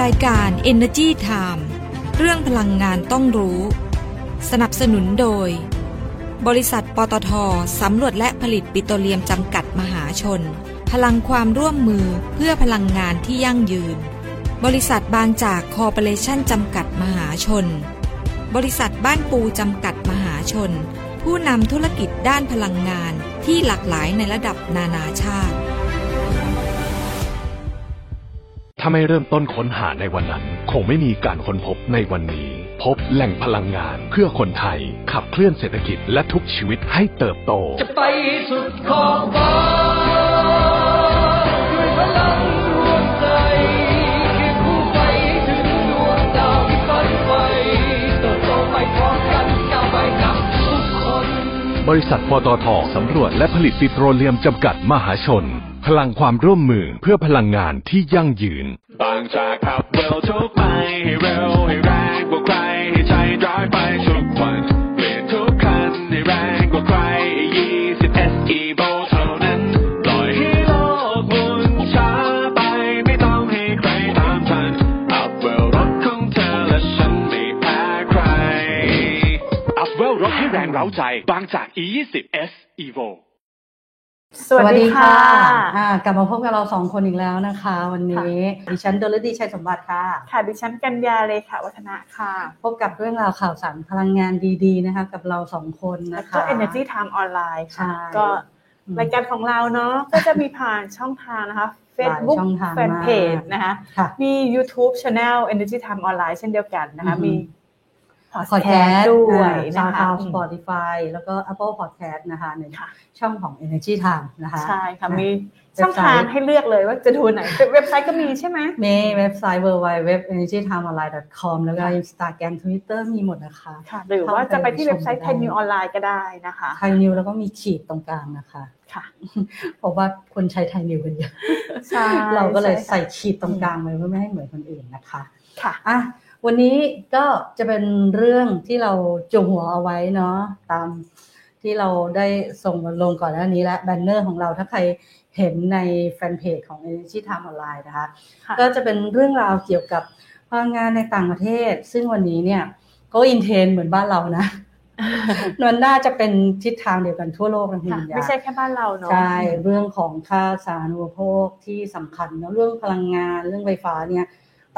รายการ Energy Time เรื่องพลังงานต้องรู้ สนับสนุนโดย บริษัทปตทสำรวจและผลิตปิโตรเลียมจำกัดมหาชน พลังความร่วมมือเพื่อพลังงานที่ยั่งยืน บริษัทบางจากคอร์ปอเรชั่นจำกัดมหาชน บริษัทบ้านปูจำกัดมหาชน ผู้นำธุรกิจด้านพลังงานที่หลากหลายในระดับนานาชาติ ถ้าไม่เริ่มต้นค้นหาในวันนั้น คงไม่มีการค้นพบในวันนี้ พบแหล่งพลังงานเพื่อคนไทย ขับเคลื่อนเศรษฐกิจและทุกชีวิตให้เติบโต จะไปสุดขอบฟ้าด้วยพลังรวมใจเคียงคู่ไปถึงดวงดาวที่ฝันไว้เติบโตไปพร้อมกันก้าวไปกับทุกคน บริษัทปตทสำรวจและผลิตปิโตรเลียมจำกัดมหาชน พลังความร่วมมือเพื่อพลังงานที่ยั่งยืน บางจากขับเวลทุกไปให้เร็วให้แรงกว่าใครให้ใจร้อยไปทุกวันเปลี่ยนทุกคันให้แรงกว่าใคร20 SE v o เท่านั้นปล่อยให้โลกหมุนช้าไปไม่ต้องให้ใครตามทันอัพเวลรถของเธอและฉันไม่แพ้ใคร อัพเวลรถให้แรงเร้าใจ บางจาก E20 S Evo สวัสดีค่ะ อ่ากลับมาพบกับเราสองคนอีกแล้วนะคะ วันนี้ดิฉันดลฤดีชัยสมบัติค่ะ ค่ะดิฉันกัญญาเลยค่ะ วัฒนะค่ะ พบกับเรื่องราวข่าวสารพลังงานดีๆนะคะ กับเราสองคน แล้ว นะคะ ก็ Energy Time ออนไลน์ค่ะ ใช่ ก็ อืม รายการของเราเนาะก็จะมีผ่านช่องทางนะคะ Facebook หลายช่องทางมาก Fan Page นะคะ ค่ะ มี YouTube Channel Energy Time ออนไลน์เช่นเดียวกันนะคะ อืม มี พอดแคส Podcast ต์ ด้วย ซา นะ ว คะ คาวสปอติฟายแล้วก็ Apple Podcast นะคะใน ค่ะ ช่องของ Energy Time นะคะ ใช่ค่ะ มี เว็บไซต์ ช่องทางให้เลือกเลยว่าจะดูไหน เว็บไซต์ก็มีใช่ไหม มีเว็บไซต์ www.energytimeonline.com แล้วก็ ค่ะ Instagram Twitter มีหมดนะคะ ค่ะ หรือว่าจะไปที่เว็บไซต์ไทยนิวออนไลน์ก็ได้นะคะ ไทยนิวแล้วก็มีขีดตรงกลางนะคะ ค่ะ เพราะว่าคนใช้ไทยนิวกันเยอะ ใช่ เราก็เลย ช่ค่ะ ใส่ขีดตรงกลางไว้เพื่อไม่ให้เหมือนคนอื่นนะคะ ค่ะ อ่ะ วันนี้ก็จะเป็นเรื่องที่เราจุ่มหัวเอาไว้เนาะตามที่เราได้ส่งลงก่อนหน้านี้และแบนเนอร์ของเราถ้าใครเห็นในแฟนเพจของ Energy Time Online นะคะ ค่ะ ก็จะเป็นเรื่องราวเกี่ยวกับพลังงานในต่างประเทศ ซึ่งวันนี้เนี่ยก็อินเทรนด์เหมือนบ้านเรา นะมันน่าจะเป็นทิศทางเดียวกันทั่วโลกนะคุณ ค่ะ วิญญา ไม่ใช่แค่บ้านเราเนาะ ใช่เรื่องของค่าสาธารณูปโภคที่สำคัญเนอะเรื่องพลังงานเรื่องไฟฟ้าเนี่ย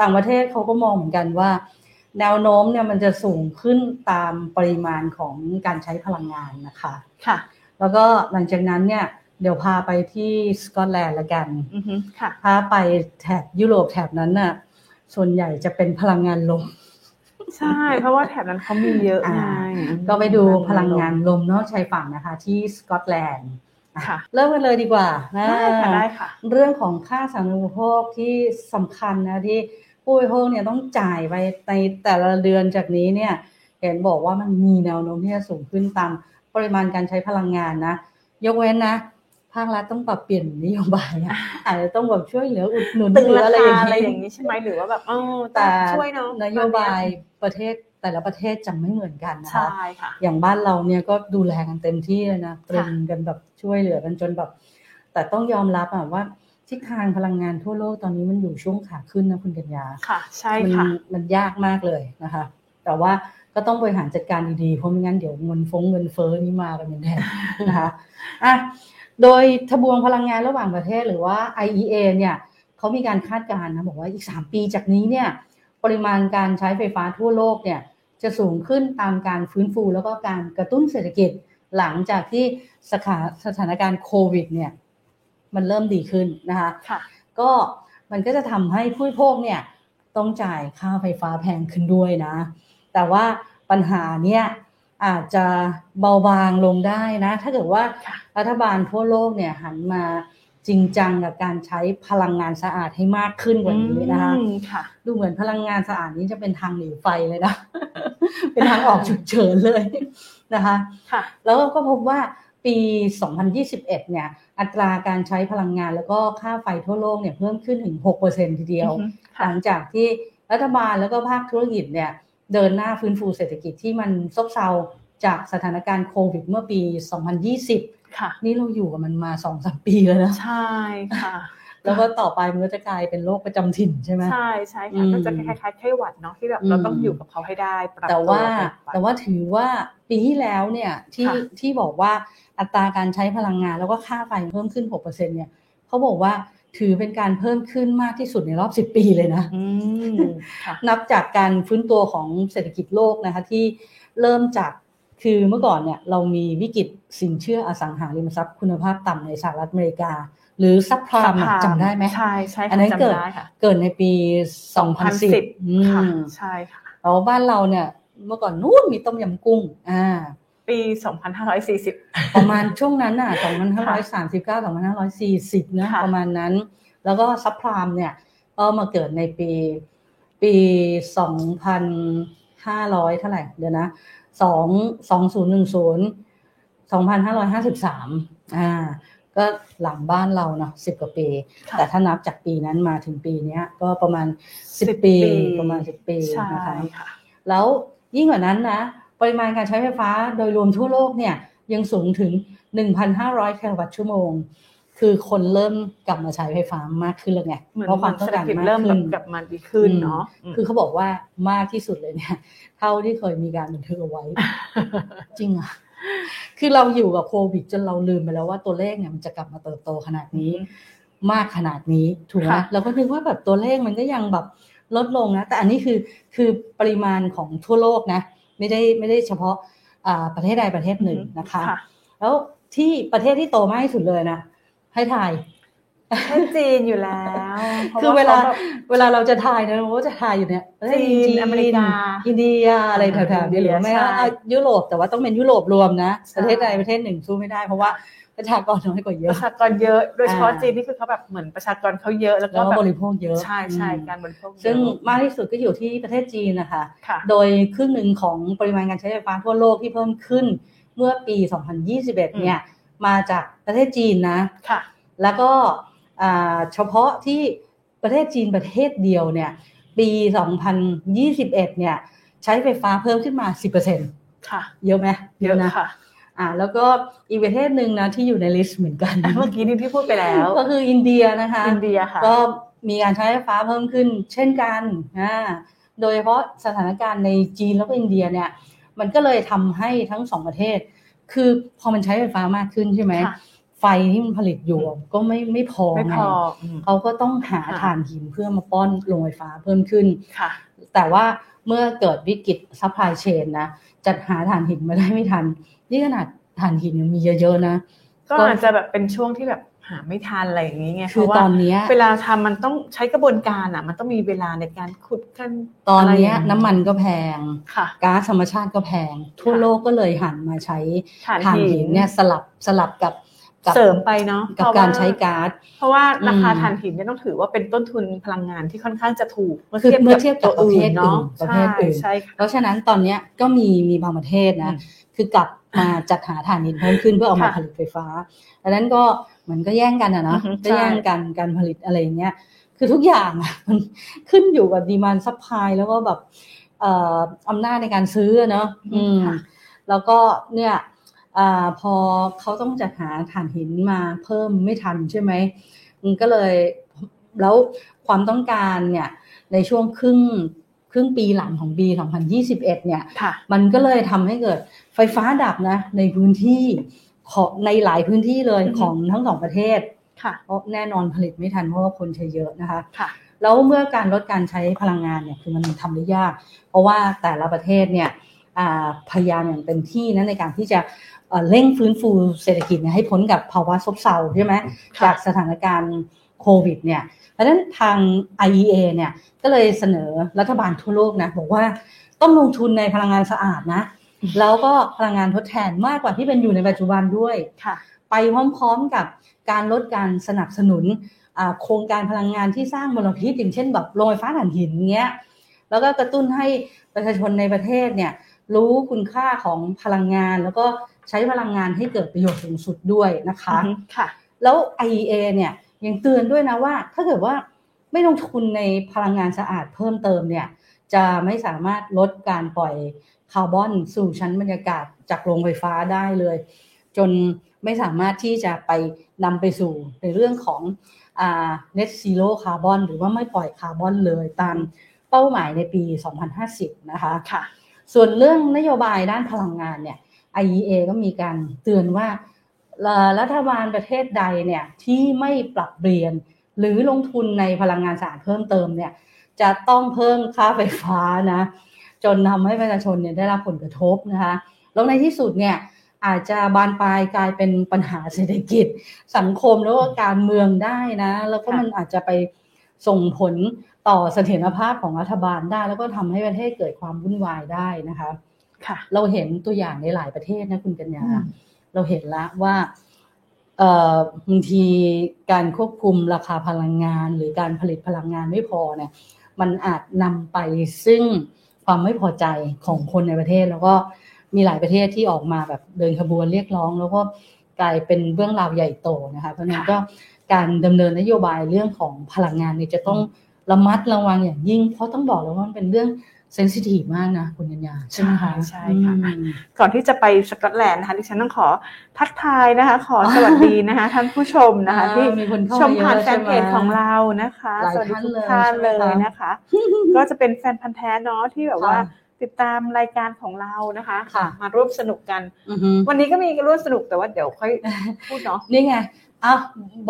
ต่างประเทศเขาก็มองเหมือนกันว่า แนวโน้มเนี่ยมันจะสูงขึ้นตามปริมาณของการใช้พลังงานนะคะ ค่ะ แล้วก็หลังจากนั้นเนี่ยเดี๋ยวพาไปที่สกอตแลนด์ละกัน อือฮึค่ะ ถ้าไปแถบยุโรปแถบนั้นน่ะส่วนใหญ่จะเป็นพลังงานลม ใช่ เพราะว่าแถบนั้นเขามีเยอะไง อ่า ก็ไปดูพลังงานลมนอกชายฝั่งนะคะ ที่สกอตแลนด์ ค่ะ เริ่มกันเลยดีกว่านะ ได้ค่ะได้ค่ะ เรื่องของค่าสาธารณูปโภคที่สำคัญนะที่ผู้บริโภคเนี่ยต้องจ่ายไปในแต่ละเดือนจากนี้เนี่ยเห็นบอกว่ามันมีแนวโน้มที่จะสูงขึ้นตามปริมาณการใช้พลังงานนะ ยกเว้นนะ ภาครัฐต้องปรับเปลี่ยนนโยบายนะ อาจจะต้องแบบช่วยเหลืออุดหนุน ตึง หรือ รา อะไร คา อย่าง อะไร นี้ อย่างนี้ใช่ไหมหรือว่าแบบเออแต่ แต่ ช่วยเนาะ นโยบายประเทศแต่ละประเทศจะไม่เหมือนกันนะ ใช่ คะ ค่ะ อย่างบ้านเราเนี่ยก็ดูแลกันเต็มที่เลยนะตรึงกันแบบช่วยเหลือกันจนแบบ แต่ต้องยอมรับอะว่าทิศทางพลังงานทั่วโลกตอนนี้มันอยู่ช่วงขาขึ้นนะคุณกัญญา ค่ะ ใช่ มั ค่ะ มันยากมากเลยนะคะ แต่ว่าก็ต้องบริหารจัดการดีๆ เพราะไม่งั้นเดี๋ยวเงินฟงเงินเฟ้อนี่มากันเป็นแน่ นะคะ อ่ะโดยทบวงพลังงานระหว่างประเทศหรือว่า IEA เนี่ยเขามีการคาดการณ์นะบอกว่าอีก 3 ปีจากนี้เนี่ยปริมาณการใช้ไฟฟ้าทั่วโลกเนี่ย จะสูงขึ้นตามการฟื้นฟูแล้วก็การกระตุ้นเศรษฐกิจหลังจากที่สขาสถานการณ์โควิดเนี่ยมันเริ่มดีขึ้นนะคะ ค่ะ ก็มันก็จะทำให้ผู้บริโภคเนี่ยต้องจ่ายค่าไฟฟ้าแพงขึ้นด้วยนะ แต่ว่าปัญหาเนี่ยอาจจะเบาบางลงได้นะ ถ้าเกิดว่า ค่ะ รัฐบาลทั่วโลกเนี่ยหันมาจริงจังกับการใช้พลังงานสะอาดให้มากขึ้นกว่านี้นะคะ อืมค่ะ ดูเหมือนพลังงานสะอาดนี้จะเป็นทางหนีไฟเลยนะ เป็นทางออกฉุกเฉินเลยนะคะ ค่ะ แล้วก็พบว่าปี 2021 เนี่ยอัตราการใช้พลังงานแล้วก็ค่าไฟทั่วโลกเนี่ยเพิ่มขึ้นถึง 6%ทีเดียว อือฮึค่ะ หลังจากที่รัฐบาลแล้วก็ภาคธุรกิจเนี่ยเดินหน้าฟื้นฟูเศรษฐกิจที่มันซบเซาจากสถานการณ์โควิดเมื่อปี 2020 ค่ะ นี่เราอยู่กับมันมา 2-3 ปีแล้วนะ ใช่ค่ะ แล้วก็ต่อไปมันก็จะกลายเป็นโรคประจำถิ่นใช่ไหม ใช่ใช่ อื ค่ะ ม ก็จะคล้ายๆไข้หวัดเนาะที่แบบ อืม เราต้องอยู่กับเขาให้ได้ปรับ แต่ว่า ไป แต่ว่าถือว่าปีที่แล้วเนี่ยที่ ค่ะ ที่บอกว่าอัตราการใช้พลังงานแล้วก็ค่าไฟเพิ่มขึ้น 6%เนี่ยเขาบอกว่าถือเป็นการเพิ่มขึ้นมากที่สุดในรอบ 10 ปีเลยนะ อืมค่ะ นับจากการฟื้นตัวของเศรษฐกิจโลกนะคะที่เริ่มจากคือเมื่อก่อนเนี่ยเรามีวิกฤตสินเชื่ออสังหาริมทรัพย์คุณภาพต่ำในสหรัฐอเมริกา หรือซับพลา subprime มจำได้ไหม ใช่ใช่ค่ะ อันนั้นเกิด จำได้ค่ะ เกิดในปี 2010 2010 อื ค่ะ ม ใช่ค่ะ แล้วบ้านเราเนี่ยเมื่อก่อนนู้นมีต้มยำกุ้งอ่า ปี 2540 ประมาณช่วงนั้นน่ะ ค่ะ 2539 2540 นะ ค่ะ ประมาณนั้น แล้วก็ซับพลามเนี่ยก็มาเกิดในปีปี 2,500 เท่าไหร่ เดี๋ยวนะ2 2010 2,553 อ่า ก็หลังบ้านเราเนาะ10 กว่าปี ค่ะ แต่ถ้านับจากปีนั้นมาถึงปีเนี้ยก็ประมาณ 10 10 ปี ปี ประมาณ 10 ปี ใช่ นะคะ ค่ะ แล้วยิ่งกว่านั้นนะ ปริมาณการใช้ไฟฟ้าโดยรวมทั่วโลกเนี่ยยังสูงถึง 1,500 แคลวัตต์ชั่วโมง คือคนเริ่มกลับมาใช้ไฟฟ้ามากขึ้นแล้วไง เหมือน เพราะความต้อง เศรษฐ การ กิจ มาก เริ่มแบ ขึ้น บกลับมาดีขึ้นเนาะม คือเขาบอกว่ามากที่สุดเลยเนี่ย เท่าที่เคยมีการบันทึกเอาไว้ จริงอ่ะ คือเราอยู่กับโควิดจนเราลืมไปแล้วว่าตัวเลขเนี่ยมันจะกลับมาเติบโตขนาดนี้ มากขนาดนี้ถูกไหม ค่ะ เราก็นึกว่าแบบตัวเลขมันก็ยังแบบลดลงนะ แต่อันนี้คือคือปริมาณของทั่วโลกนะ ไม่ได้ไม่ได้เฉพาะอ่าประเทศใดประเทศหนึ่งนะคะ ค่ะ แล้วที่ประเทศที่โตมากที่สุดเลยนะให้ทาย แค่จีนอยู่ แล้วพระ คือเวลา ขแบบ เวลาเราจะทายนะเราก็จะทายอยู่เนี่ยเอ้ย จีนอเมริกา อินเดียอะไรแถวๆนี้หรือว่าไม่ ใช่ อ่ะยุโรปแต่ว่าต้องเป็นยุโรปรวมนะ ประเทศใดประเทศหนึ่งสู้ไม่ได้เพราะว่าประชากรน้อยกว่าเย ป อะ ระชากรเยอะโดยเฉพาะ อ่า จีนนี่คือเขาแบบเหมือนประชากรเขาเยอะแล้วก็ แล้วก็ แบบ บริโภคเยอะ ใช่ใช่ อืม การบริโภคเยอะ ซึ่งมากที่สุดก็อยู่ที่ประเทศจีนนะคะ ค่ะ โดยครึ่งหนึ่งของปริมาณการใช้ไฟฟ้าทั่วโลกที่เพิ่มขึ้นเมื่อปี 2021 เนี่ยมาจากประเทศจีนนะ ค่ะ แล้วก็อ่าเฉพาะที่ประเทศจีนประเทศเดียวเนี่ยปี 2021 เนี่ยใช้ไฟฟ้าเพิ่มขึ้นมา 10% ค่ะ เยอะไหม เยอะค่ะ อ่าแล้วก็อีกประเทศหนึ่งนะที่อยู่ในลิสต์เหมือนกัน เมื่อกี้นี่ที่พูดไปแล้ว ก็คืออินเดียนะคะ อินเดียค่ะ ก็มีการใช้ไฟฟ้าเพิ่มขึ้นเช่นกันอ่าโดยเฉพาะสถานการณ์ในจีนแล้วก็อินเดียเนี่ย มันก็เลยทำให้ทั้งสองประเทศ คือพอมันใช้ไฟฟ้ามากขึ้นใช่ไหม ค่ะ ไฟที่มันผลิตอยู่ก็ไม่ไม่พอ ไม่พ ง ออืม เขาก็ต้องหา ค่ะ ถ่านหินเพื่อมาป้อนโรงไฟฟ้าเพิ่มขึ้น ค่ะ แต่ว่าเมื่อเกิดวิกฤตซัพพลายเชนนะ จัดหาถ่านหินมาได้ไม่ทัน นี่ขนาดถ่านหินยังมีเยอะๆนะ ก็ ก็ อาจจะแบบเป็นช่วงที่แบบหาไม่ทันอะไรอย่างนี้ไง คือ เพราะว่า ตอนเนี้ย เวลาทำมันต้องใช้กระบวนการอ่ะ มันต้องมีเวลาในการขุดกัน ตอนะ ไร เนี้ย ย่าง น้ำมันก็แพง ค่ะ ก๊าซธรรมชาติก็แพง ทั่ว ค่ะ โลกก็เลยหันมาใช้ ถ่าน ถ่าน หิ หิ น นเนี่ยสลับสลับกับกั เสริมไปเนาะ กับ เพะว่ การใช้ก๊าซ เพราะว่าราคา อืม ถ่านหินเนี่ยต้องถือว่าเป็นต้นทุนพลังงานที่ค่อนข้างจะถูก คือเมื่อเทียบกับประเภทอื่นประ ใช่ เภทอื่น ใช่ค่ะ เพราะฉะนั้นตอนเนี้ยก็มีมีบางประเทศนะ อืม คือกลับมาจัดหาถ่านหินเพิ่มขึ้นเพื่อเอามา ค่ะ ผลิตไฟฟ้าดังนั้นก็เหมือนก็แย่งกันอะเนาะ อือฮึ ก็แย่งกันการผลิตอะไรอย่างเงี้ย คือทุกอย่างอะ มันขึ้นอยู่กับดีมานซัพพลายแล้วก็แบบเอ่ออำนาจในการซื้ออะเนาะ อื อื ม ม ค่ะ แล้วก็เนี่ยอ่าพอเขาต้องจัดหาถ่านหินมาเพิ่มไม่ทันใช่ไหมมันก็เลยแล้วความต้องการเนี่ยในช่วงครึ่งครึ่งปีหลังของปี 2021 เนี่ย ค่ะ มันก็เลยทำให้เกิดไฟฟ้าดับนะในพื้นที่ของในหลายพื้นที่เลย อือฮึ ของทั้งสองประเทศ ค่ะ เพราะแน่นอนผลิตไม่ทันเพราะว่าคนใช้เยอะนะคะ ค่ะ แล้วเมื่อการลดการใช้พลังงานเนี่ยคือมันทำได้ยาก เพราะว่าแต่ละประเทศเนี่ยอ่าพยายามอย่างเต็มที่นะในการที่จะเอ่อเร่งฟื้นฟูเศรษฐกิจเนี่ยให้พ้นกับภาวะซบเซาใช่ไหม ค่ะ จากสถานการณ์โควิดเนี่ยเพราะฉะนั้นทาง IEA เนี่ยก็เลยเสนอรัฐบาลทั่วโลกนะบอกว่าต้องลงทุนในพลังงานสะอาดนะ แล้วก็พลังงานทดแทนมากกว่าที่เป็นอยู่ในปัจจุบันด้วย ค่ะ ไปพร้อมๆกับการลดการสนับสนุนอ่าโครงการพลังงานที่สร้างมลพิษอย่างเช่นแบบโรงไฟฟ้าถ่านหินเงี้ยแล้วก็กระตุ้นให้ประชาชนในประเทศเนี่ยรู้คุณค่าของพลังงาน แล้วก็ใช้พลังงานให้เกิดประโยชน์สูงสุดด้วยนะคะ อือฮึค่ะ แล้ว IEA เนี่ยยังเตือนด้วยนะว่า ถ้าเกิดว่าไม่ลงทุนในพลังงานสะอาดเพิ่มเติมเนี่ยจะไม่สามารถลดการปล่อยคาร์บอนสู่ชั้นบรรยากาศจากโรงไฟฟ้าได้เลย จนไม่สามารถที่จะไปนำไปสู่ในเรื่องของ net zero carbon หรือว่าไม่ปล่อยคาร์บอนเลย ตามเป้าหมายในปี 2050 นะคะ ค่ะ ส่วนเรื่องนโยบายด้านพลังงานเนี่ย IEA ก็มีการเตือนว่าเอ่อรัฐบาลประเทศใดเนี่ยที่ไม่ปรับเปลี่ยน หรือลงทุนในพลังงานสะอาดเพิ่มเติมเนี่ยจะต้องเพิ่มค่าไฟฟ้านะจนทำให้ประชาชนเนี่ยได้รับผลกระทบนะคะแล้วในที่สุดเนี่ยอาจจะบานปลายกลายเป็นปัญหาเศรษฐกิจ สังคมแล้วก็การเมืองได้นะ แล้วก็ ค่ะ มันอาจจะไปส่งผลต่อเสถียรภาพของรัฐบาลได้ แล้วก็ทำให้ประเทศเกิดความวุ่นวายได้นะคะ ค่ะ เราเห็นตัวอย่างในหลายประเทศนะคุณกัญญา อืม เราเห็นละว่าเอ่อบางทีการควบคุมราคาพลังงาน หรือการผลิตพลังงานไม่พอเนี่ย มันอาจนำไปซึ่งความไม่พอใจของคนในประเทศ แล้วก็มีหลายประเทศที่ออกมาแบบเดินขบวนเรียกร้อง แล้วก็กลายเป็นเรื่องราวใหญ่โตนะคะเพราะฉะนั้นก็การดำเนินนโยบายเรื่องของพลังงานเนี่ยจะต้องระมัดระวังอย่างยิ่ง เพราะต้องบอกแล้วว่ามันเป็นเรื่องเซนซิทีฟมากนะคุณกัญญาใช่ไหมคะ ใช่ค่ะ อืม ก่อนที่จะไปสกอตแลนด์นะคะดิฉันต้องขอทักทายนะคะ ขอสวัสดีนะคะ ท่านผู้ชมนะคะ อ่า ที่ มีคนเข้า ชมผ่าน มาเยอะ แฟนเพจ ใช่ไหม ของเรานะคะ หลาย สวัสดี ท่าน ทุก เลย ท่าน ใช่เลไหมคะ ยนะคะ ก็จะเป็นแฟนพันธ์แท้เนาะที่แบบว่า ค่ะ ติดตามรายการของเรานะคะ ค่ะ มาร่วมสนุกกัน อือฮึ วันนี้ก็มีร่วมสนุกแต่ว่าเดี๋ยวค่อยพูดเนาะ นี่ไงอ้าว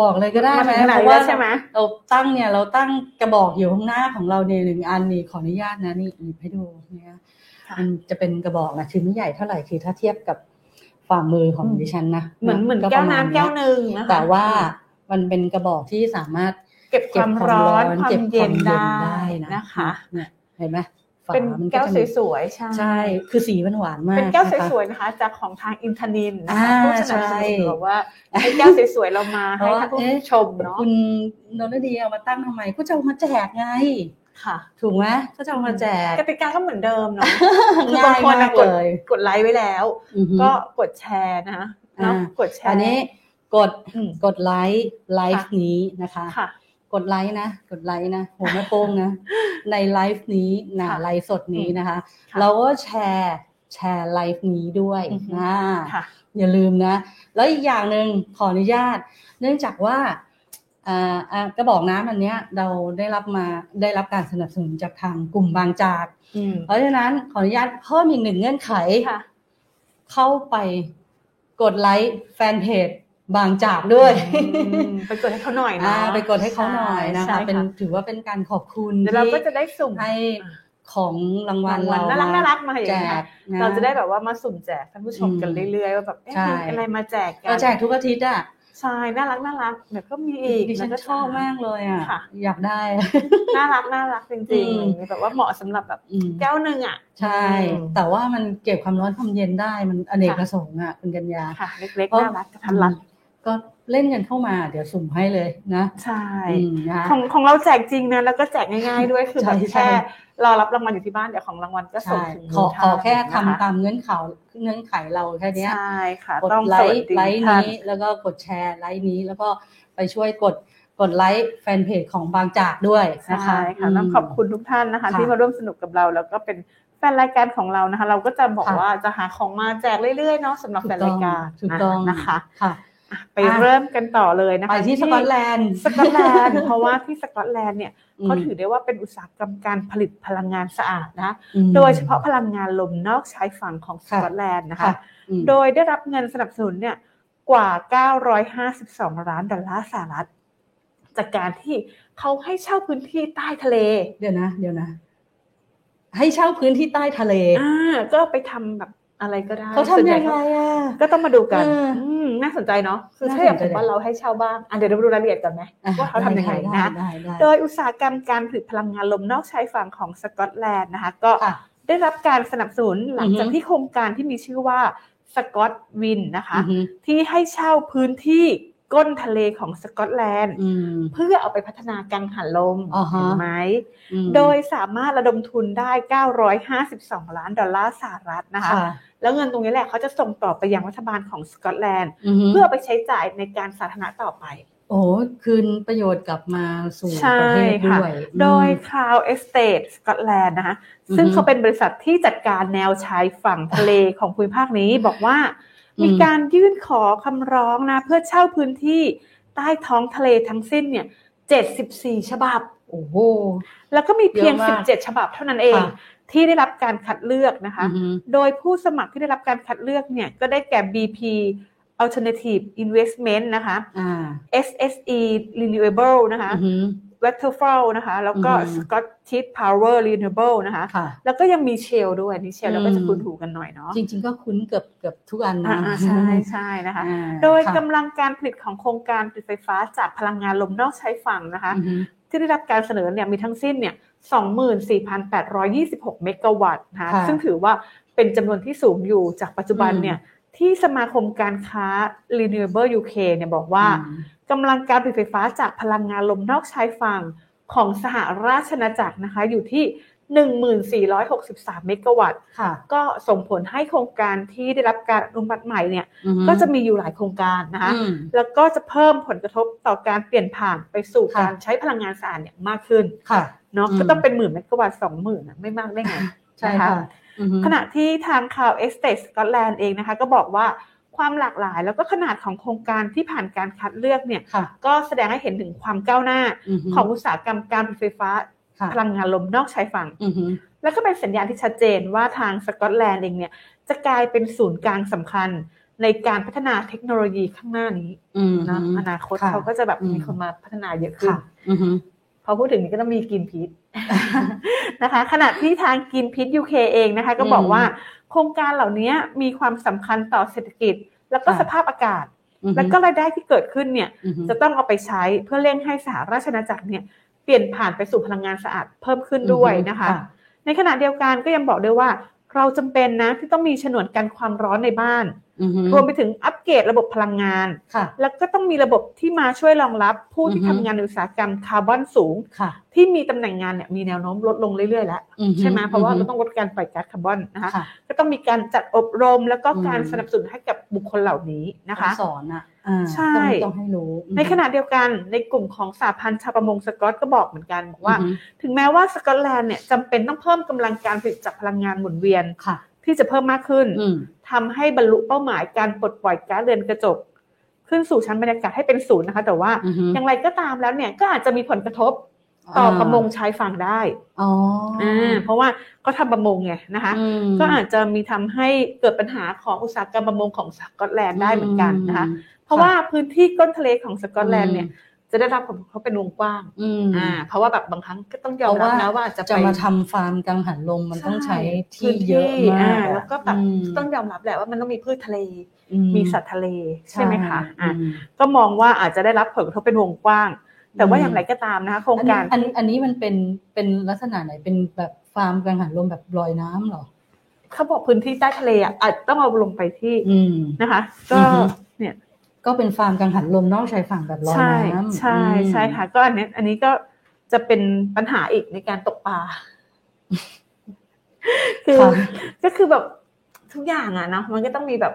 บอกเลยก็ได้ มา ไหม ถึงข เพ นาด ราะ นี้ ว่า แล้วใช่ไหม เราตั้งเนี่ยเราตั้งกระบอกอยู่ข้างหน้าของเราเนี่ยหนึ่งอันนี่ขออนุญาตนะนี่หยิบให้ดูเนี่ย ค่ะ มันจะเป็นกระบอกนะคือไม่ใหญ่เท่าไหร่คือถ้าเทียบกับฝ่ามือของดิฉันนะ เหมือนเหมือน ประ แก้ว ณ น้ำแก้วหนึ่งนะคะ แต่ว่ามันเป็นกระบอกที่สามารถ เก็บความร้อนความเย็นได้ นะ นะคะ เนี่ยเห็นไหมฝา เป็น มัน แก้ว จะมี สวยๆใช่ ใช่ คือสีมันหวานมาก เป็นแก้ว ะคะ สวยๆนะคะ จากของทางอินทนินท์นะ อ่า คะผู้สนับสนุน ใช่ บอกว่าให้แก้วสวยๆเรามา เพ ให้ ราะว่า ท่านผู้ชมเนาะ คุณนนทดีเอามาตั้งทำไมก็จะเอามาแจกไง ค่ะ ถูกไหมก็จะเอามาแจก กติกาก็เหมือนเดิมเนาะคือ ง่าบายงคนนะ มาก กด เลย กดไลค์ไว้แล้ว อือฮึ ก็กดแชร์นะคะเนาะ อ่า กดแชร์ อันนี้กด อืม กดไลค์ไลฟ์ ค่ะ นี้นะคะ ค่ะ กดไลค์นะ กดไลค์นะโหแม่โป้ง นะ ในไลฟ์นี้นะ ค่ะ ไลฟ์สดนี้นะคะ ค่ะ เราก็แชร์แชร์ไลฟ์นี้ด้วย อือฮึ นะ ค่ะ อย่าลืมนะ แล้วอีกอย่างหนึ่งขออนุญาต เนื่องจากว่าอ่าอ่ากระบอกน้ำอันเนี้ยเราได้รับมาได้รับการสนับสนุนจากทางกลุ่มบางจาก อืม เพราะฉะนั้นขออนุญาตเพิ่มอีกหนึ่งเงื่อนไข ค่ะ เข้าไปกดไลค์แฟนเพจบางจากด้วย อืมไปกดให้เขาหน่อยนะ อ่าไปกดให้เขาหน่อยนะ ใช่ คะเป็นถือว่าเป็นการขอบคุณ เดี๋ยวเราก็จะได้สุ่ม ให้ของรางวัลเรา น่ารักน่ารักมาอย่าง แจ นี้ ก ค่ะ น เราจะได้แบบว่ามาสุ่มแจกท่านผู้ชมกัน อืม เรื่อย ๆ ว่าแบบเอ๊ะ ใช่ มีอะไรมาแจกกั เราแจกทุกอาทิตย์อ่ะ ใช่น่ารักน่ารักเดี๋ยวก็มีอีก ดิฉัน แล้ว ชอบมากเลยอ่ะ ค่ะ อยากได้ น่ารักน่ารักจ อื ริงๆอะมไรอย่างเงี้ยแบบว่าเหมาะสำหรับแบบ อืม แก้วหนึ่งอ่ะ ใช่ อืม แต่ว่ามันเก็บความร้อนความเย็นได้มันอเนก ค่ะ ประสงค์อ่ะคุณกัญญา ค่ะ เล็กๆน่ารักกระทันรัด ก็เล่นกันเข้ามาเดี๋ยวสุ่มให้เลยนะ ใช่ อืมนะคะ ของของเราแจกจริงนะแล้วก็แจกง่ายๆด้วยคือแบบ ใช่ใช่ แค่รอรับรางวัลอยู่ที่บ้านเดี๋ยวของรางวัลก็ส่ง ใช่ ถึง ขอขอแค่ทำ นะคะ ตามเงื่อนไขเงื่อนไขเราแค่เนี้ย ใช่ค่ะ กด ต้อง ไล สวัส ค์ ดี ไลค์ ท่า นี้แล้วก็กดแชร์ไลค์นี้แล้วก็ไปช่วยกดกดไลค์แฟนเพจของบางจากด้วยนะ ใช่ คะ ค่ะ ม ต้องขอบคุณทุกท่านนะคะ ค่ะ ที่มาร่วมสนุกกับเราแล้วก็เป็นแฟนรายการของเรานะคะ เราก็จะบอก ค่ะ ว่าจะหาของมาแจกเรื่อยๆเนาะสำหรับแฟนรายการ ถูกต้อง นะคะ ค่ะ ไป อ่ะ เริ่มกันต่อเลยนะคะ ไปที่สกอตแลนด์ สกอตแลนด์เพราะว่าที่สกอตแลนด์เนี่ยเขาถือได้ว่าเป็นอุตสาหกรรมการผลิตพลังงานสะอาดนะ ม โดยเฉพาะพลังงานลมนอกชายฝั่งของส ค่ะ กอตแลนด์นะคะ ค่ะอืม โดยได้รับเงินสนับสนุนเนี่ยกว่า 952 ล้านดอลลาร์สหรัฐ จากการที่เขาให้เช่าพื้นที่ใต้ทะเล เดี๋ยวนะ เดี๋ยวนะ ให้เช่าพื้นที่ใต้ทะเล อ่าก็ไปทำแบบอะไรก็ได้ เขา ส่วน ทำ ให ยั ญ่ ง ก็ ไงอ่ะ ก็ต้องมาดูกัน เอออื มน่าสนใจเนาะ คือ น่าสนใจ ถ้าอยากผมว่าเราให้เช่าบ้างอ่ะเดี๋ยวเราไปดูรายละเอียดกันไหมว่าเขาทำยังไง ด้ นะ ได้ได้ โดยอุตสาหกรรมการผลิตพลังงานลมนอกชายฝั่งของสกอตแลนด์นะคะ ก็ ค่ะ ได้รับการสนับสนุนหลัง อือฮึ จากที่โครงการที่มีชื่อว่าสกอตวินนะคะ อือฮึ ที่ให้เช่าพื้นที่ก้นทะเลของสกอตแลนด์ อืม เพื่อเอาไปพัฒนากังหันลม อ่าฮะ เห็นไหม อืม โดยสามารถระดมทุนได้ 952 ล้านดอลลาร์สหรัฐนะคะ ค่ะ แล้วเงินตรงนี้แหละเขาจะส่งต่อไปยังรัฐบาลของสกอตแลนด์ อือฮึ เพื่อไปใช้จ่ายในการสาธารณะต่อไป โอ้คืนประโยชน์กลับมาสู่ ใช่ ประเทศ ค่ะ ด้วย โดย อืม Crown Estate สกอตแลนด์นะคะ อือฮึ ซึ่งเขาเป็นบริษัทที่จัดการแนวชายฝั่งทะเลของภูมิภาคนี้ บอกว่า อืม มีการยื่นขอคำร้องนะ เพื่อเช่าพื้นที่ ใต้ท้องทะเลทั้งสิ้นเนี่ย74 ฉบับ โอ้โห แล้วก็มีเพียง เยอะมาก 17 ฉบับเท่านั้นเอง ค่ะ ที่ได้รับการคัดเลือกนะคะ อืม โดยผู้สมัครที่ได้รับการคัดเลือกเนี่ยก็ได้แก่ BP Alternative Investment นะคะ อ่า SSE Renewable นะคะ อือหือ w e t t e r f a l l นะคะ แล้วก็ อือฮึ Scottish Power Renewable นะคะ ค่ะ แล้วก็ยังมีเชลด้วยอันนี่เชลเราก็จะ อืม คุ้นหูกันหน่อยเนาะ จริง ๆ ก็คุ้นเกือบเกือบทุกอันนะ อ่าๆใช่ใช่นะคะ อ่า โดย ค่ะ กำลังการผลิตของโครงการผลิตไฟฟ้าจากพลังงานลมนอกชายฝั่งนะคะ อือหือ ที่ได้รับการเสนอเนี่ยมีทั้งสิ้นเนี่ย24,826 เมกะวัตต์นะคะ ค่ะ ซึ่งถือว่าเป็นจำนวนที่สูงอยู่จากปัจจุบันเนี่ยที่สมาคมการค้า Renewable UK เนี่ยบอกว่า อืม กำลังการผลิตไฟฟ้าจากพลังงานลมนอกชายฝั่งของสหราชอาณาจักรนะคะ อยู่ที่ 1463 เมกะวัตต์ ค่ะ ก็ส่งผลให้โครงการที่ได้รับการอนุมัติใหม่เนี่ย อือหือ ก็จะมีอยู่หลายโครงการนะคะ อืม แล้วก็จะเพิ่มผลกระทบต่อการเปลี่ยนผ่านไปสู่ ค่ะ การใช้พลังงานสะอาดเนี่ยมากขึ้น ค่ะ เนาะ อืม ก็ต้องเป็นหมื่นเมกะวัตต์สองหมื่นอะไม่มากได้ไง ใช่ค่ะ นะคะ อือหือ ขณะที่ทางข่าวเอสเตสกอตแลนด์เองนะคะ ก็บอกว่าความหลากหลายแล้วก็ขนาดของโครงการที่ผ่านการคัดเลือกเนี่ย ค่ะ ก็แสดงให้เห็นถึงความก้าวหน้า หื ของอุตสาหกรรมการผลิตไฟฟ้า ค่ะ พลังงานลมนอกชายฝั่ง อือหือ และก็เป็นสัญญาณที่ชัดเจนว่าทางสกอตแลนด์เองเนี่ยจะกลายเป็นศูนย์กลางสำคัญ ในการพัฒนาเทคโนโลยีข้างหน้านี้ อืม เนอะอนาคต ค่ะ เขาก็จะแบบ อืม มีคนมาพัฒนาเยอะขึ้น ค่ะอือหือ พอพูดถึงนี้ก็ต้องมีกิน พิษ นะคะขณะที่ทางกินพิษ UK เองนะคะ ก็บอกว่า โครงการเหล่านี้มีความสำคัญต่อเศรษฐกิจ แล้วก็ ค่ะ สภาพอากาศ อือหือ แล้วก็รายได้ที่เกิดขึ้นเนี่ย อือหือ จะต้องเอาไปใช้เพื่อเร่งให้สหราชอาณาจักรเนี่ยเปลี่ยนผ่านไปสู่พลังงานสะอาดเพิ่มขึ้นด้วยนะคะ ในขณะเดียวกันก็ยังบอกด้วยว่า เราจำเป็นนะที่ต้องมีฉนวนกันความร้อนในบ้าน อือหือ รวมไปถึงอัปเกรดระบบพลังงาน ค่ะ แล้วก็ต้องมีระบบที่มาช่วยรองรับผู้ที่ อือฮึ ทำงานในอุตสาหกรรมคาร์บอนสูง ค่ะ ที่มีตำแหน่งงานเนี่ยมีแนวโน้มลดลงเรื่อยๆแล้ว อืออ ใช่ไหมเพราะว่า อื เรา อ ต้องลดการปล่อยก๊าซคาร์บอนนะคะ ค่ะ ก็ต้องมีการจัดอบรม แล้วก็การ อืม สนับสนุนให้กับบุคคลเหล่านี้นะคะ ต้องสอนอ่ะอ่า ใช่ ต้องต้องให้รู้อือหือ ในขณะเดียวกันในกลุ่มของสหพันธ์ชาวประมงสกอตก็บอกเหมือนกันบอกว่า อือหือ ถึงแม้ว่าสกอตแลนด์เนี่ยจำเป็นต้องเพิ่มกำลังการผลิตจากพลังงานหมุนเวียน ค่ะ ที่จะเพิ่มมากขึ้น อืม ทำให้บรรลุเป้าหมายการปลดปล่อยก๊าซเรือนกระจก ขึ้นสู่ชั้นบรรยากาศให้เป็นศูนย์นะคะ แต่ว่า อือหือ อย่างไรก็ตามแล้วเนี่ยก็อาจจะมีผลกระทบต่อประมงชายฝั่งได้ อ๋ออ่ อ่าเพราะว่าก็ทำประมงไงนะคะ อืม ก็อาจจะมีทำให้เกิดปัญหาของอุตสาหกรรมประมงของสกอตแลนด์ได้เหมือนกันนะคะ อืม เพราะว่าพื้นที่ก้นทะเลของสกอตแลนด์เนี่ย อื จะได้รับผลกระทบเป็นวงกว้าง อืม อ่าเพราะว่าแบบบางครั้งก็ต้องยอมรับนะว่าอาจจะ จะ ไป มาทำฟาร์มกังหันลมมันต้องใช้ที่ พื้น เยอะมาก อ่แล้วก็แบบ อืม ต้องยอมรับแหละว่ามันต้องมีพืชทะเล อื มีสัตว์ทะเล ใช่ไหมคะอ่ะ อืม ก็มองว่าอาจจะได้รับผลกระทบเป็นวงกว้าง แต่ว่า อืม อย่างไรก็ตามนะคะโครงการ อันนี้อันนี้อันนี้มันเป็นเป็นลักษณะไหนเป็นแบบฟาร์มกังหันลมแบบลอยน้ำเหรอ เขาบอกพื้นที่ใต้ทะเลอ่ะอาจต้องเอาลงไปที่ อืม นะคะ ก็ อือฮึ เนี่ย ก็เป็นฟาร์มกังหันลมนอกชายฝั่งแบบลอย ใช่ น้ำ ใช่ อืม ใช่ค่ะ ก็อันเนี้ยอันนี้ก็จะเป็นปัญหาอีกในการตกปลาคือ ค่ะ ก็คือแบบทุกอย่างอะเนาะมันก็ต้องมีแบบ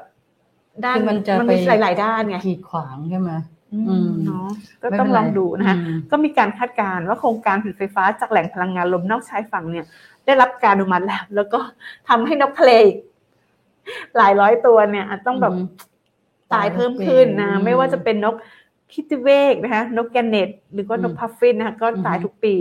ด้าน คือมันจะ มี ไป หลาย ๆ ด้านไง ขีดขวางใช่ไหม อื อื ม ม เนาะก็ต้องลองดูนะคะ อืม ก็มีการคาดการณ์ว่าโครงการผลิตไฟฟ้าจากแหล่งพลังงานลมนอกชายฝั่งเนี่ย ได้รับการอนุมัติแล้ว แล้วก็ทำให้นกทะเลอีกหลายร้อยตัวเนี่ยอาจต้องแบบ อืม ตายเพิ่มขึ้นนะ อืม ไม่ว่าจะเป็นนกคิติเวกนะคะนกแกนเนตหรือว่า อืม นกพัฟฟินนะคะก็ตาย อืม ทุกปี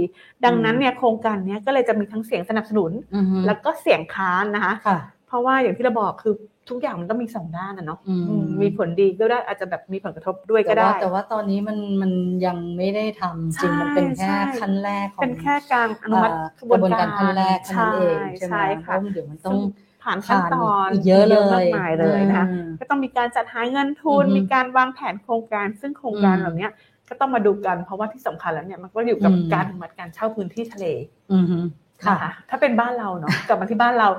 ดังนั้นเนี่ยโครงการเนี้ยก็เลยจะมีทั้งเสียงสนับสนุน อือฮึ แล้วก็เสียงค้านนะคะ ค่ะ เพราะว่าอย่างที่เราบอกคือทุกอย่างมันต้องมีสองด้านนะเนาะ อืม อืมมีผลดีก็ได้อาจจะแบบมีผลกระทบด้วยก็ แต่ ได้ ว่าแต่ว่าตอนนี้มันมันยังไม่ได้ทำจริง ใช่ มันเป็นแค่ ใช่ ขั้นแรกของ เป็นแค่การอนุมัติ เอ่อก ระบวน กระบวน กา การ รขั้นแรกเท่านั้นเองใช่ไหม ใช่ เพ ค่ะ ราะเดี๋ยวมันต้อง ผ่านขั้นตอน ผ่าอีกเยอะเลย มากมายเลยนะคะ อืม ก็ต้องมีการจัดหาเงินทุน อือฮึ มีการวางแผนโครงการ ซึ่งโครงการ อืม เหล่านี้ก็ต้องมาดูกัน เพราะว่าที่สำคัญแล้วเนี่ยมันก็อยู่กับ อืม การอนุมัติการเช่าพื้นที่ทะเล อือฮึค่ะ นถ้าเป็นบ้านเราเนาะ กลับมาที่บ้านเรา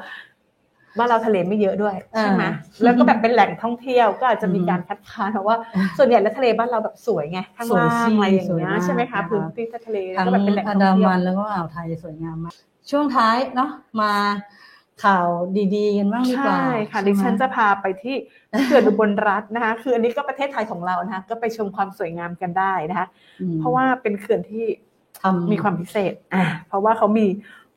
บ้านเราทะเลไม่เยอะด้วยใช่ไหม อ่า แล้วก็แบบเป็นแหล่งท่องเที่ยวก็อาจจะมี อือฮึ การคัดค้านเพราะว่า ส่วนใหญ่แล้วทะเลบ้านเราแบบสวยไงข้างล่างอะไรอย่าง สวย เงี้ย มาก ใช่ไหมคะ นะคะ พื้นที่ทะเลแล้ว ทั้ง ก็แบบเป็นแหล่งท่ อั อง นดา เที่ยว มันแล้วก็อ่าวไทยสวยงามมากช่วงท้ายเนาะมาข่าวดีๆกันบ้างดีกว่า ใช่ค่ะ ใช่ไหม ดิฉันจะพาไปที่เขื่อนอุบลรัตน์นะคะ คืออันนี้ก็ประเทศไทยของเรานะคะก็ไปชมความสวยงามกันได้นะคะ อืม เพราะว่าเป็นเขื่อนที่ ทำ มีความพิเศษอ่าเพราะว่าเขามี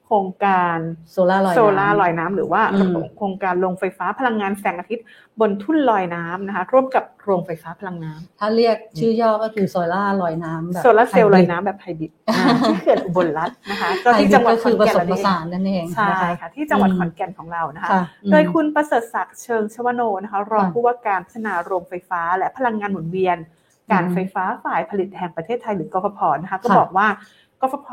โครงการ โซลาร์ลอย โซลาร์ลน้ำอยน้ำหรือว่า อืม โครงการโรงไฟฟ้าพลังงานแสงอาทิตย์ บนทุ่นลอยน้ำนะคะ ร่วมกับโรงไฟฟ้าพลังน้ำ ถ้าเรียกชื่อย่อก็คือโซลาร์ลอยน้ำแบบ โซลาร์เซลล์ลอยน้ำแบบไฮบริดอ่าที่เขื่อนอุบลรัตน์นะคะก็ที่จังหวัด ก็ ข คื อน อผ แก่น สม เรา ผ เนี่ย สานนั่นเอง ใช่ น ค่ะที่จังหวัดขอนแก่นของเรานะคะ ค่ะอืม โดยคุณประเสริฐศักดิ์เชิงชวโนนะคะรอง ค่ะ ผู้ว่าการพัฒนาโรงไฟฟ้าและพลังงานหมุนเวียน การ อืม ไฟฟ้าฝ่ายผลิตแห่งประเทศไทยหรือกฟผนะคะก็ ค่ะ บอกว่ากฟผ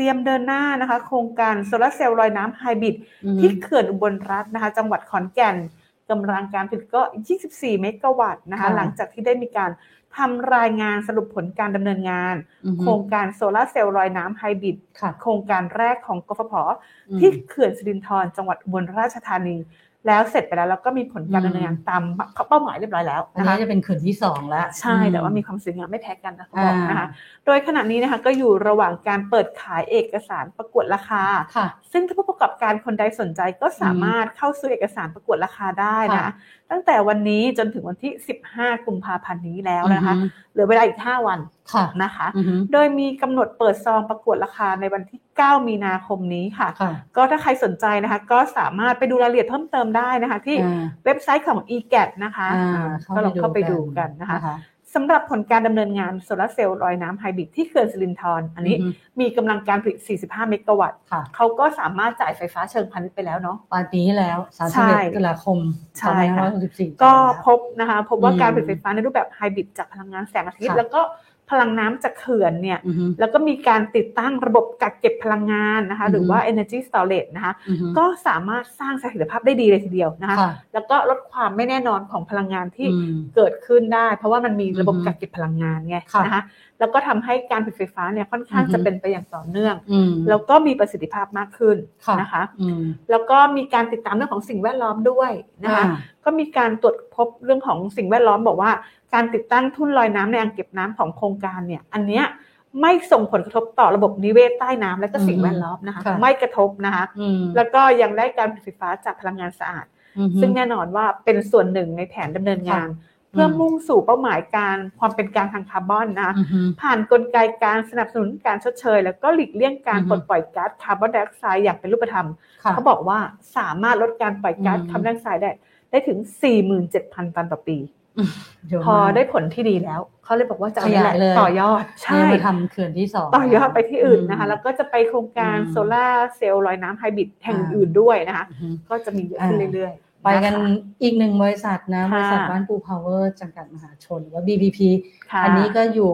เตรียมเดินหน้านะคะ โครงการโซลาร์เซลล์ลอยน้ำไฮบริด อืม ที่เขื่อนอุบลรัตน์นะคะ จังหวัดขอนแก่นกำลังการผลิตก็ 24 เมกะวัตต์นะคะ ค่ะ หลังจากที่ได้มีการทำรายงานสรุปผลการดำเนินงาน อืม โครงการโซลาร์เซลล์ลอยน้ำไฮบริด ค่ะ โครงการแรกของกฟผ อืม ที่เขื่อนสิรินธรจังหวัดอุบลราชธานี แล้วเสร็จไปแล้วแล้วก็มีผลการ อืดำมเนินงานตามเป้าหมายเรียบร้อยแล้ว อัน นะ นี้ คะ จะเป็นเขื่อนที่สองแล้ว ใช่ อื แต่ว่ามีความสวยงามไม่แพ้กันนะเขาบอก อ่าน นะคะ โดยขณะนี้นะคะก็อยู่ระหว่างการเปิดขายเอกสารประกวดราคา ค่ะ ซึ่งถ้าผู้ประกอบการคนใดสนใจก็สามารถเข้าซื้อเอกสารประกวดราคาได้นะ ค่ะ ตั้งแต่วันนี้จนถึงวันที่ 15 กุมภาพันธ์นี้แล้วนะคะ อืม เหลือเวลาอีก 5 วัน ค่ะ นะคะ อืม โดยมีกำหนดเปิดซองประกวดราคาในวันที่ 9 มีนาคมนี้ค่ะ ค่ะ ก็ถ้าใครสนใจนะคะ ก็สามารถไปดูรายละเอียดเพิ่มเติมได้นะคะ ที่ อ่า เว็บไซต์ของ e g a t นะคะ อ่า ก็ลองเข้าไปดูกันนะคะสำหรับผลการดำเนินงานโซลาร์เซลล์ลอยน้ำไฮบริดที่เขื่อนสิรินธรอันนี้ ม มีกำลังการผลิต 45 เมกะวัตต์ ค่ะ เขาก็สามารถจ่ายไฟฟ้าเชิงพาณิชย์ไปแล้วเนาะ ปาร์ตี้แล้วสามสิบเอ็ดตุลาคม ใช่ สองพันค่ะห้าร้อยหกสิบสี่ ก็พบนะคะ พบว่า อืม การผลิตไฟฟ้าในรูปแบบไฮบริดจากพลังงานแสงอาทิตย์ ค่ะ แล้วก็พลังน้ำจากเขื่อนเนี่ย อือฮึ แล้วก็มีการติดตั้งระบบกักเก็บพลังงานนะคะ หรือ อฮึ ว่า energy storage นะคะ อือฮึ ก็สามารถสร้างเสถียรภาพได้ดีเลยทีเดียวนะคะ ค่ะ แล้วก็ลดความไม่แน่นอนของพลังงานที่ อืม เกิดขึ้นได้ เพราะว่ามันมีระบบ อือฮึ กักเก็บพลังงานไง ค่ะ นะคะ แล้วก็ทำให้การผลิตไฟฟ้าเนี่ยค่อนข้าง อือฮึ จะเป็นไปอย่างต่อเนื่อง อืม แล้วก็มีประสิทธิภาพมากขึ้น ค่ะ นะคะ อืม แล้วก็มีการติดตามเรื่องของสิ่งแวดล้อมด้วยนะคะ อ่า ก็มีการตรวจพบเรื่องของสิ่งแวดล้อมบอกว่า การติดตั้งทุ่นลอยน้ำในอ่างเก็บน้ำของโครงการเนี่ย อันเนี้ยไม่ส่งผลกระทบต่อระบบนิเวศใต้น้ำและก็สิ่งแวดล้อมนะคะ ค่ะ ไม่กระทบนะคะ อืม แล้วก็ยังได้การผลิตไฟฟ้าจากพลังงานสะอาด อือฮึ ซึ่งแน่นอนว่าเป็นส่วนหนึ่งในแผนดำเนินงาน เพื่ออ ม มุ่งสู่เป้าหมายการความเป็นกลางทางคาร์บอนนะคะ อือฮึ ผ่านกลไกการสนับสนุนการชดเชย แล้วก็หลีกเลี่ยงการ อือฮึ ปลดปล่อยก๊าซคาร์บอนไดออกไซด์อย่างเป็นรูปธรรม ค่ะ เขาบอกว่าสามารถลดการปล่อยก๊าซ อืม คาร์บอนไดออกไซด์ได้ได้ถึง 47,000 ตันต่อปี เดี๋ยว พอ มา ได้ผลที่ดีแล้ว เขาเลยบอกว่าจะอ ขยายเลย ต่อยอดใช่ เนี่ยมาทำเขื่อนที่สอง ต่อยอดไปที่อื่นนะคะ แล้วก็จะไปโครงการ อืม โซลาร์เซลล์ลอยน้ำไฮบริดแห่ง อ่า อื่นๆด้วยนะคะ อือฮึ ก็จะมีเยอะขึ้น อ่า เรื่อยๆ ไปกันะคะ อีกหนึ่งบริษัทนะ ค่ะ บริษัทบ้านปูพาวเวอร์จำกัดมหาชนหรือว่า BPP ค่ะ อันนี้ก็อยู่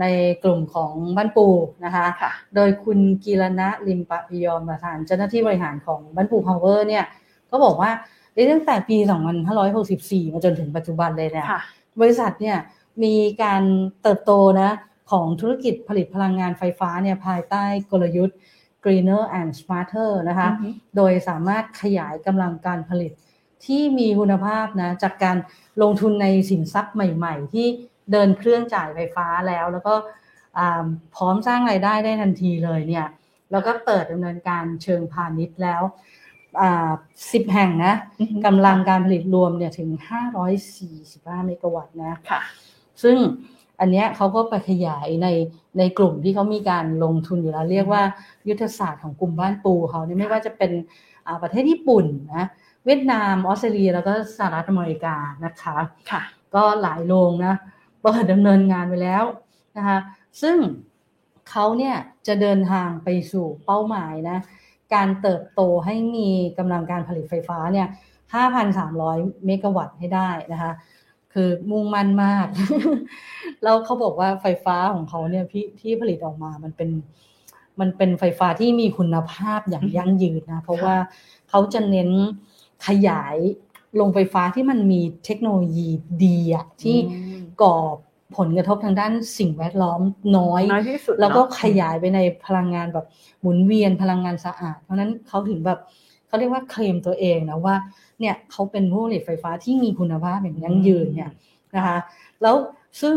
ในกลุ่มของบ้านปูนะคะ ค่ะ โดยคุณกีรณะลิมปะพิยอมประธานเจ้าหน้าที่บริหารของบ้านปูพาวเวอร์เนี่ย ก็บอกว่าเอ้ยตั้งแต่ปี 2564 มาจนถึงปัจจุบันเลยเนี่ย ค่ะ บริษัทเนี่ยมีการเติบโตนะของธุรกิจผลิตพลังงานไฟฟ้าเนี่ยภายใต้กลยุทธ์ greener and smarter นะคะ อือฮึ โดยสามารถขยายกำลังการผลิตที่มีคุณภาพนะจากการลงทุนในสินทรัพย์ใหม่ ๆ ที่เดินเครื่องจ่ายไฟฟ้าแล้ว แล้วก็อ่าพร้อมสร้างรายได้ได้ทันทีเลยเนี่ยแล้วก็เปิดดำเนินการเชิงพาณิชย์แล้วสิบแห่งนะ อือฮึ กำลังการผลิตรวมเนี่ยถึง 545 เมกะวัตต์นะ ค่ะ ซึ่งอันเนี้ยเขาก็ไปขยายในในกลุ่มที่เขามีการลงทุนอยู่แล้ว เรียกว่ายุทธศาสตร์ของกลุ่มบ้านปูเขาเนี่ยไม่ว่าจะเป็นอ่าประเทศญี่ปุ่นนะ เวียดนาม ออสเตรเลีย แล้วก็สหรัฐอเมริกานะคะ ค่ะ ก็หลายโรงนะเปิดดำเนินงานไปแล้วนะคะซึ่งเขาเนี่ยจะเดินทางไปสู่เป้าหมายนะการเติบโตให้มีกำลังการผลิตไฟฟ้าเนี่ย 5,300 เมกะวัตต์ให้ได้นะคะ คือมุ่งมั่นมาก แล้วเขาบอกว่าไฟฟ้าของเขาเนี่ยพี่ที่ผลิตออกมามันเป็นมันเป็นไฟฟ้าที่มีคุณภาพอย่างยั่งยืนนะ เพราะว่าเขาจะเน้นขยายโรงไฟฟ้าที่มันมีเทคโนโลยีดีอะที่ อืม ก่อผลกระทบทางด้านสิ่งแวดล้อมน้อย น้อยที่สุดเนอะ แล้วก็ขยายไปในพลังงานแบบหมุนเวียนพลังงานสะอาด เพราะฉะนั้นเขาถึงแบบเขาเรียกว่าเคลมตัวเองนะว่าเนี่ยเขาเป็นผู้ผลิตไฟฟ้าที่มีคุณภาพอย่างยั่งยืนเนี่ยนะคะแล้วซึ่ง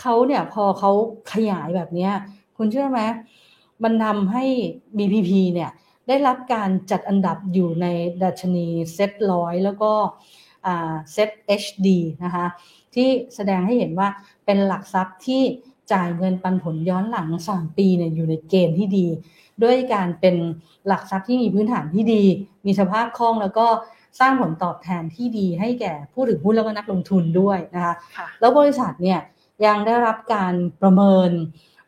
เขาเนี่ยพอเขาขยายแบบเนี้ยคุณเชื่อไหมมันทำให้ BPP เนี่ยได้รับการจัดอันดับอยู่ในดัชนีเซ็ตร้อยแล้วก็เซ็ต HD นะคะ ที่แสดงให้เห็นว่าเป็นหลักทรัพย์ที่ จ่ายเงินปันผลย้อนหลัง 3 ปีเนี่ยอยู่ในเกณฑ์ที่ดี ด้วยการเป็นหลักทรัพย์ที่มีพื้นฐานที่ดี มีสภาพคล่องแล้วก็สร้างผลตอบแทนที่ดีให้แก่ผู้ถือหุ้นแล้วก็นักลงทุนด้วยนะคะ ค่ะ แล้วบริษัทเนี่ยยังได้รับการประเมิน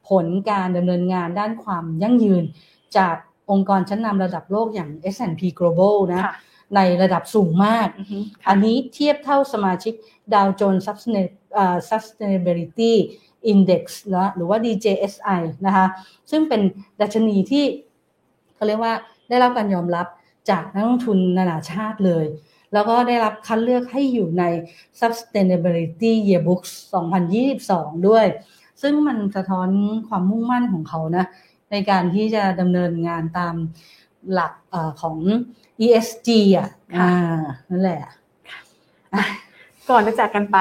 ผลการดำเนินงานด้านความยั่งยืน จากองค์กรชั้นนำระดับโลกอย่าง S&P Global นะ ค่ะ ในระดับสูงมาก อือฮึ อันนี้เทียบเท่าสมาชิก Dow Jones Sustain- เอ่อ Sustainability Index นะหรือว่า DJSI นะคะซึ่งเป็นดัชนีที่เขาเรียกว่าได้รับการยอมรับจากนักลงทุนนานาชาติเลย แล้วก็ได้รับคัดเลือกให้อยู่ใน Sustainability Yearbook 2022 ด้วย ซึ่งมันสะท้อนความมุ่งมั่นของเขานะ ในการที่จะดำเนินงานตามหลักเออของ ESG อ่ะ ค่ะ อ่านั่นแหละ ก่อนจะจากกันไป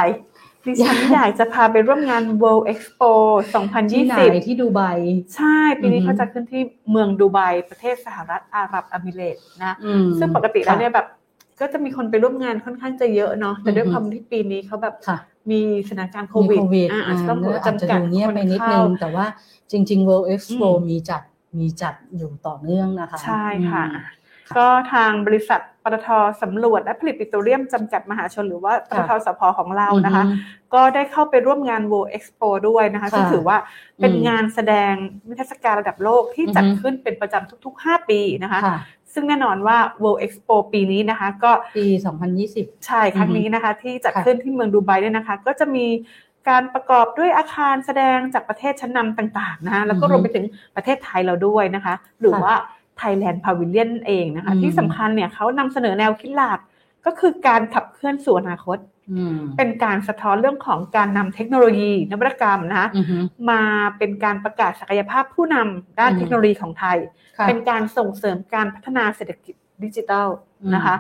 ดิฉัน อยาก อยากจะพาไปร่วมงาน World Expo ที่ไหน 2020 ที่ดูไบ ใช่ ปีนี้ อือฮึ เขาจะขึ้นที่เมืองดูไบประเทศสหรัฐอาหรับอมิเรตส์นะ อืม ซึ่งปกติแล้วเนี่ย ค่ะ แบบก็จะมีคนไปร่วมงานค่อนข้างจะเยอะเนาะแต่ด้วย อือฮึ ความที่ปีนี้เขาแบบ ค่ะ มีสถานการณ์โค มี วิด โควิด อ่าอาจจะต้อง อ่าอาจจะ จำกัด ดูเงียบ คน ไปนิดนึ เข้า ง แต่ว่าจริง ๆ World Expo อืม มีจัดมีจัดอยู่ต่อเนื่องนะคะ ใช่ค่ะ อืม ค่ะ ก็ทางบริษัทปตทสำรวจและผลิตปิโตรเลียมจำกัดมหาชนหรือว่าปตท ค่ะ สพของเรานะคะ อืม ก็ได้เข้าไปร่วมงาน World Expo ด้วยนะคะ ค่ะ ซึ่งถือว่าเป็น อืม งานแสดงนิทรรศการระดับโลกที่จัด อือฮึ ขึ้นเป็นประจำทุก ๆ 5 ปีนะคะ ค่ะ ซึ่งแน่นอนว่า World Expo ปีนี้นะคะ ก็ ปี 2020 ใช่ครั้งนี้นะคะ ที่จัด ค่ะ ขึ้นที่เมืองดูไบเนี่ยนะคะ ก็จะมีการประกอบด้วยอาคารแสดงจากประเทศชั้นนำต่างๆนะคะแล้วก็รวมไปถึงประเทศไทยเราด้วยนะคะ หรือว่า Thailand Pavilion เองนะคะ ที่สำคัญเนี่ยเขานำเสนอแนวคิดหลักก็คือการขับเคลื่อนสู่อนาคต อืม เป็นการสะท้อนเรื่องของการนำเทคโนโลยีนวัตกรรมนะคะ อือฮึ มาเป็นการประกาศศักยภาพผู้นำด้าน อืม เทคโนโลยีของไทย ค่ะ เป็นการส่งเสริมการพัฒนาเศรษฐกิจดิจิทัล อืม นะคะ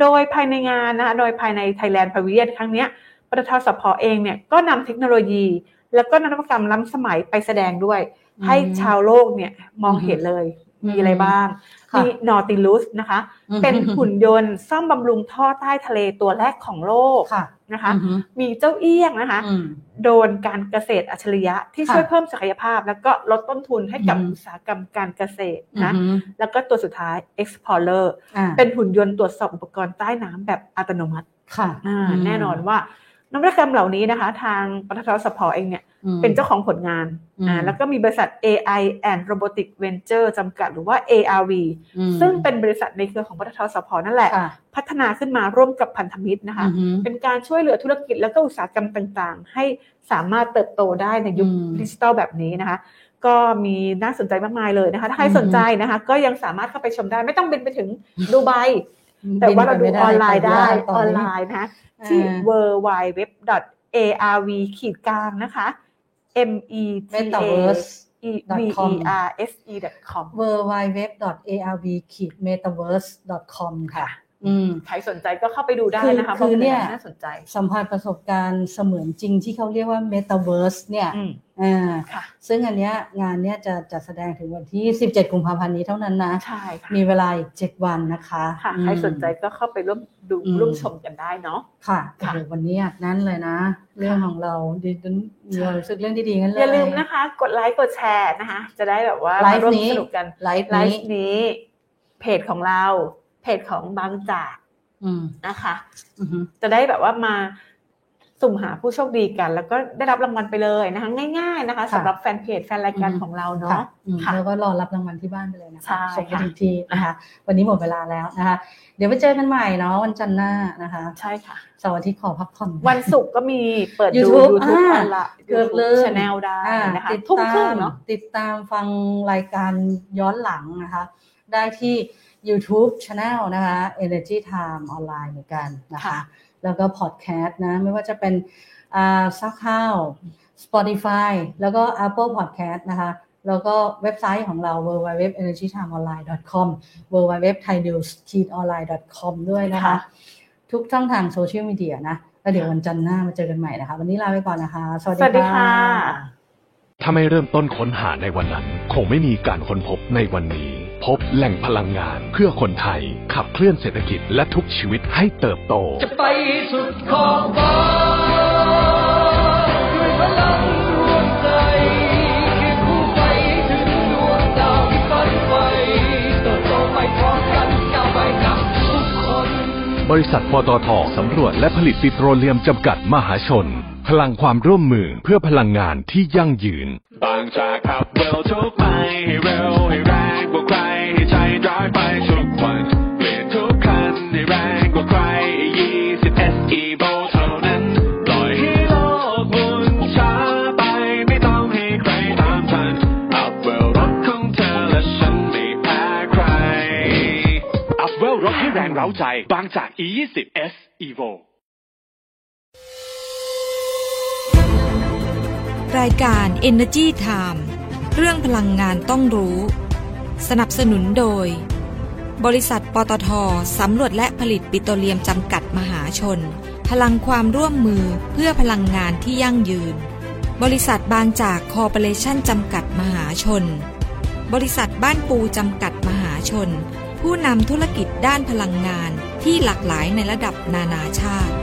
โดยภายในงานนะคะโดยภายใน Thailand Pavilion ครั้งเนี้ยปตทสพเองเนี่ยก็นำเทคโนโลยี แล้วก็นวัตกรรมล้ำสมัยไปแสดงด้วย ให้ อืม ชาวโลกเนี่ยมองเห็นเลย อืม มีอะไรบ้าง ค่ะ มีนอติลูสนะคะ อืม เป็นหุ่นยนต์ซ่อมบำรุงท่อใต้ทะเลตัวแรกของโลก ค่ะ นะคะ อือฮึ มีเจ้าเอี้ยงนะคะ อืม โดนการเกษตรอัจฉริยะที่ ค่ะ ช่วยเพิ่มศักยภาพ แล้วก็ลดต้นทุนให้กับ อือฮึ อุตสาหกรรมการเกษตร อือ นะ ฮึ แล้วก็ตัวสุดท้าย Explorer อ่า เป็นหุ่นยนต์ตรวจสอบอุปกรณ์ใต้น้ำแบบอัตโนมัติ ค่ะ อ่าม แน่นอนว่านวัตกรรมเหล่านี้นะคะ ทางปตทสพเองเนี่ย อืม เป็นเจ้าของผลงาน อืม อ่าแล้วก็มีบริษัท AI and Robotic Venture จำกัดหรือว่า ARV อืม ซึ่งเป็นบริษัทในเครือของปตทสพนั่นแหละ ค่ะ พัฒนาขึ้นมาร่วมกับพันธมิตรนะคะ อือฮึ เป็นการช่วยเหลือธุรกิจและก็อุตสาหกรรมต่างๆ ให้สามารถเติบโตได้ในยุค อืม ดิจิทัลแบบนี้นะคะ ก็มีน่าสนใจมากมายเลยนะคะ ถ้าใคร อืม สนใจนะคะ ก็ยังสามารถเข้าไปชมได้ ไม่ต้องบินไปถึงดูไบแต่ว่าเราดู ม่ ออนไลน์ได้ ต ออน นี้ ไลน์นะคะ ที่ อ่า w w w a r v ขีดกลางนะคะ m e t a metaverse e v com e r s e com w w w a r v m e t a v e r s e com ค่ะ อืม ใครสนใจก็เข้าไปดูได้นะคะ คืพอราะ คือเนี่ย น่าสนใจ สัมผัสประสบการณ์เสมือนจริงที่เขาเรียกว่า Metaverse เนี่ย อืม อ่า ค่ะ ซึ่งอันเนี้ยงานเนี้ยจะจัดแสดงถึงวันที่ 17 กุมภาพันธ์นี้เท่านั้นนะ ใช่ค่ะ มีเวลาอีก 7 วันนะคะ ค่ะ อืม ใครสนใจก็เข้าไปร่วมดู อืม ร่วมชมกันได้เนาะ ค่ะ ค่ะ โอ้โหวันนี้อัดนั้นเลยนะ เรื่องของเราดิฉันมีความรู้สึกเรื่องดีๆงั้นเลย อย่าลืมนะคะ กดไลค์กดแชร์นะคะ จะได้แบบว่า ไลมาฟ์ร่วม นี้ สนุกกัน ไลฟ์ ไล นี้ ฟ์นี้ เพจของเรา เพจของบางจาก อืม นะคะ อือฮึ จะได้แบบว่ามาสุ่มหาผู้โชคดีกัน แล้วก็ได้รับรางวัลไปเลยนะคะ ง่าย ๆนะคะ ค่ะ สำหรับแฟนเพจแฟนรายการ อืม ของเรา ค่ะ เนาะ อืม ค่ะ แล้วก็รอรับรางวัลที่บ้านไปเลยนะ ใช่ คะส่งไป ค่ะ ถึงที่นะคะ วันนี้หมดเวลาแล้วนะคะ เดี๋ยวไปเจอกันใหม่เนาะวันจันทร์หน้านะคะ ใช่ค่ะ เสาร์อาทิตย์ขอพักผ่อน วันศุกร์ก็มีเปิดดู YouTube YouTube อ อ่า อนไลน์ เกือบลืม YouTube Channel ได้ อ่า นะคะ ติด ทุ่ม ตา ครึ่ง ม เนาะ ติดตามฟังรายการย้อนหลังนะคะ ได้ที่ YouTube Channel นะคะ Energy Time ออนไลน์เหมือนกันนะคะ ค่ะ แล้วก็พอดแคสต์นะ ไม่ว่าจะเป็นอ่าซักข้าว Spotify แล้วก็ Apple Podcast นะคะ แล้วก็เว็บไซต์ของเรา www.energytimeonline.com www.thainews-online.com ด้วยนะคะ ค่ะ ทุกช่องทางโซเชียลมีเดียนะ แล้วเดี๋ยววันจันทร์หน้ามาเจอกันใหม่นะคะ วันนี้ลาไปก่อนนะคะ สวัส สวัสดี ดี ค่ะ ค่ะ ถ้าไม่เริ่มต้นค้นหาในวันนั้น คงไม่มีการค้นพบในวันนี้ พบแหล่งพลังงานเพื่อคนไทย ขับเคลื่อนเศรษฐกิจและทุกชีวิตให้เติบโต จะไปสุดขอบฟ้าด้วยพลังดวงใจ บริษัทปตทสำรวจและผลิตปิโตรเลียมจำกัดมหาชน พลังความร่วมมือเพื่อพลังงานที่ยั่งยืน บางจากขับเร็วทุกไปให้เร็วให้แรงกว่าใครให้ใช้ร้อยไปทุกวันเปลี่ยนทุกคันให้แรงกว่าใคร20 SE v o เท่านั้นปล่อยให้โลกหมุนช้าไปไม่ต้องให้ใครตามทันอัพเวลรถของเธอและฉันไม่แพ้ใครอัพเวลรถให้แรงเร้าใจ บางจาก E20 S Evo รายการ Energy Time เรื่องพลังงานต้องรู้ สนับสนุนโดย บริษัทปตทสำรวจและผลิตปิโตรเลียมจำกัดมหาชน พลังความร่วมมือเพื่อพลังงานที่ยั่งยืน บริษัทบางจากคอร์ปอเรชั่นจำกัดมหาชน บริษัทบ้านปูจำกัดมหาชน ผู้นำธุรกิจด้านพลังงานที่หลากหลายในระดับนานาชาติ